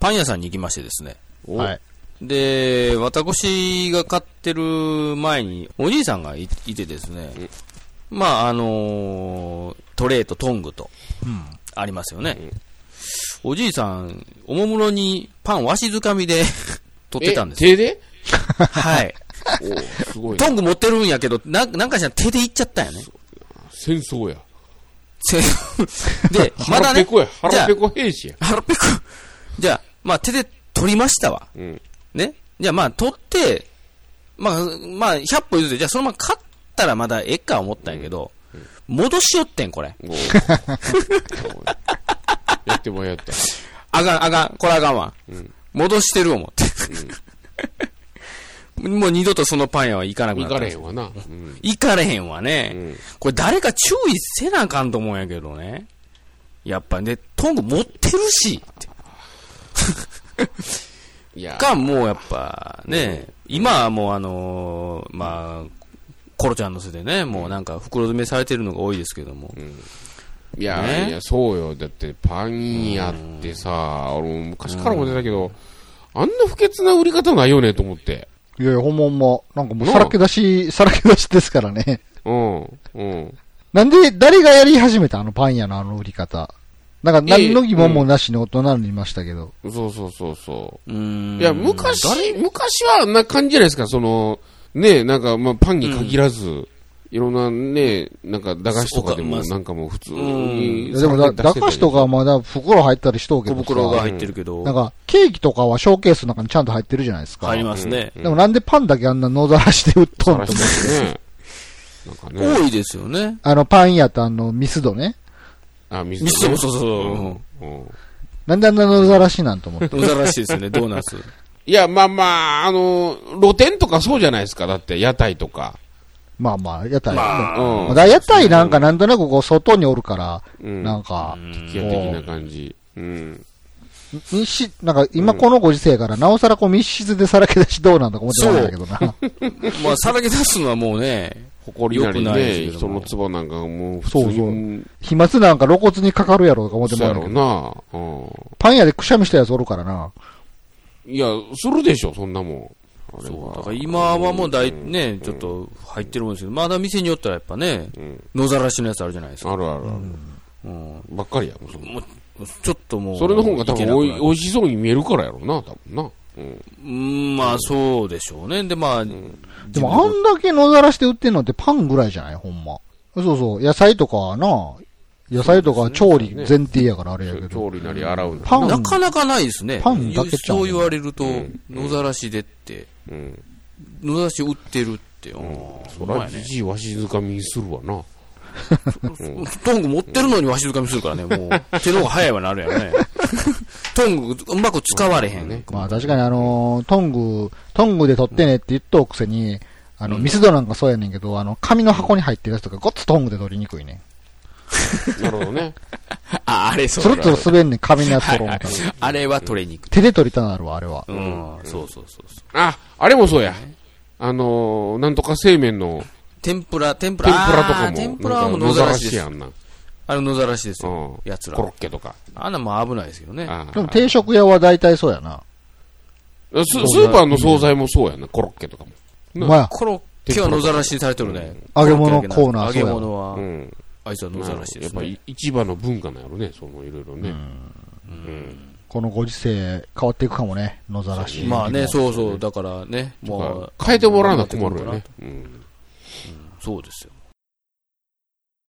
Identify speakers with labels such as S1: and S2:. S1: パン屋さんに行きましてですね。
S2: はい。
S1: で、私が買ってる前に、おじいさんがいいてですね、まあ、あのートレーとトングと、ありますよね。おじいさん、おもむろにパンわしづかみで 取ってたんですよ。
S3: 手で
S1: はい。
S3: おうすごいな
S1: トング持ってるんやけど、ななんかじゃ手でいっちゃったんやね。
S3: 戦争や。
S1: せで、まだ
S3: 腹ペ
S1: ね、
S3: コや。
S1: じゃ
S3: 腹
S1: あ
S3: ペコ兵士や。
S1: 腹ペコ。じゃあ、まあ手で取りましたわ。
S3: うん。
S1: ね。じゃあまあ取って、まあ、まあ100歩譲って、じゃあそのまま勝ったらまだええか思ったんやけど、戻しよってん、これ。
S3: おうおうやってもや った。
S1: あかん、あかん、これあかんわ。戻してる思って。 もう二度とそのパン屋は行かなくなっ
S3: 行
S1: た
S3: か
S1: んで
S3: れへ
S1: す。
S3: んわな。うん。
S1: 行かれへんわね。
S3: うん
S1: これ誰か注意せなあかんと思うんやけどね。やっぱね、トング持ってるし、
S3: いや。
S1: か、もうやっぱね、今はもうあのーまあ、コロちゃんのせでね、もうなんか袋詰めされてるのが多いですけども。
S3: いや、
S1: ね
S3: いや、そうよ。だって、パン屋ってさ、俺も昔から思ってたけど、あんな不潔な売り方ないよね、と思って。
S2: いやいや、ほんまほんま。なんかもう
S3: なあ
S2: さらけ出し、さらけ出しですからね。
S3: うん。うん。
S2: なんで、誰がやり始めたあのパン屋のあの売り方。なんか何の疑問もなしに大人になりましたけど。
S3: そうそうそうそうう。
S1: ーん
S3: いや、昔、昔はあんな感じじゃないですか、その、ねなんか、まあ、パンに限らず、いろんなね、なんか、駄菓子とかで
S1: そう
S3: も、
S1: かまあ
S3: なんかもう普通
S1: う
S3: に
S2: い
S3: さ
S2: やでも
S3: ら
S2: だ、
S3: け出してたり、
S2: 駄菓子とかはまだ袋入ったりしとうけ
S1: 小
S2: どさ。
S1: 袋が入ってるけど、
S2: なんか、ケーキとかはショーケースの中にちゃんと入ってるじゃないですか。
S1: 入りますね。
S2: でもなんでパンだけあんな野ざらして売っと
S3: さ
S2: んの
S3: らしてたりね。なんかね。
S1: 多いですよね。
S2: あの、パン屋とあの、ミスドね。
S3: あ、水。
S1: みそうそうそう
S3: うん。
S2: なんであんな野ざらしなんと思 って。
S1: うざらしいですよね、ドーナツ。
S3: いや、まあまあ、あの、露店とかそうじゃないですか。だって、屋台とか。
S2: まあまあ、屋台。ま
S3: う
S2: あ
S3: ん。
S2: だから屋台なんかなんとなくこう、外におるから、
S3: うん。
S2: なんか、
S3: 敵屋的な感じ。うん。
S2: 密室、なんか今このご時世から、なおさらこう密室でさらけ出しどうなんとか思ってたんだけどな。
S1: まあ、さらけ出すのはもうね、
S3: 誇りなり
S1: 良くない
S3: ね、
S1: ですけど
S3: 人
S1: も
S3: の壺なんかもう普通
S2: そうそう
S3: に、
S2: 飛沫なんか露骨にかかるやろうとか思って
S3: そう
S2: も
S3: や
S2: ら
S3: ろ
S2: うけ
S3: う
S2: ど。
S3: な。うん。
S2: パン屋でくしゃみしたやつおるからな。
S3: いや、するでしょ、そんなもん。あれ
S1: そう。だか
S3: は。
S1: ら今はもうだい、ね、ちょっと入ってるもんですけど、まだ店によったらやっぱね、野ざらしのやつあるじゃないですか。
S3: あるあるあ
S1: うん
S3: る。ばっかりやもん、そんな
S1: もうちょっともう。
S3: それの方が多
S1: いけ
S3: 分
S1: なく
S3: お
S1: ないる
S3: 美味しそうに見えるからやろうな、多分な。うん。
S1: うん、まあそうでしょうね。で、まあ、
S2: でもあんだけ野ざらして売ってんのってパンぐらいじゃないほんま。そうそう。野菜とかはな、野菜とかは調理前提やからあれやけど。
S3: 調理なり洗うなり。
S2: パン
S1: なかなかないですね。
S2: パンだけちゃう
S1: そう言われると
S3: ん、
S1: 野ざらしでって、
S3: うん。
S1: 野ざらし売ってるって。うん
S3: そ
S1: ほんま
S3: ら、
S1: や
S3: じ
S1: ね
S3: じいわしづかみにするわな。
S1: トング持ってるのにわしづかみするからね、も う、手の方が早いわなるやろね。トングうまく使われへん。
S3: ね
S2: まあ確かにあのートング、トングで取ってねって言っとうくせに、あの、ミスドなんかそうやねんけど、あの、紙の箱に入ってるやつとかごっつトングで取りにくいねん。
S3: なるほどね。
S1: あ、あれ
S2: つ
S1: そ
S2: る
S1: う
S2: つる滑んねん、紙のやつ取ろうみたい な。
S1: あれは取れにくい。
S2: 手で取りたなるわ、あれは。
S1: うん、そうそうそうそう。
S3: あ、あれもそうや。あのー、なんとか製麺の
S1: 天ぷら、天ぷら、
S3: 天ぷらとか
S1: あー
S3: も。
S1: 天ぷらはもう
S3: なん
S1: 野
S3: か
S1: ざ
S3: 野
S1: ら
S3: ざら
S1: し
S3: し
S1: です
S3: や。んな。うん。
S1: あれ野ざらしですよ
S3: コ。
S1: やつら。
S3: ロッケとか。
S1: あんなもん危ないですけどね。
S3: あ
S2: でも定食屋は大体そうやな。
S3: ススーパーの惣菜もそうやな、コロッケとかも。な
S2: まあ、
S1: コロッケは野ざらしにされてるね。
S2: 揚げ物コーナ
S1: 揚
S2: ーそう
S1: げ
S2: やな
S1: 物は
S3: う、ん。
S1: あいつは野ざらしで
S3: やっ
S1: す
S3: ぱ
S1: ね
S3: り。市場の文化なんやろね、そのいろいろね。
S2: このご時世変わっていくかもね、野ざらし。
S1: まあね、そうそう、だからね、
S3: ま
S1: もう
S3: あ、変えてもらわな困るよね。うん。
S1: そうですよ。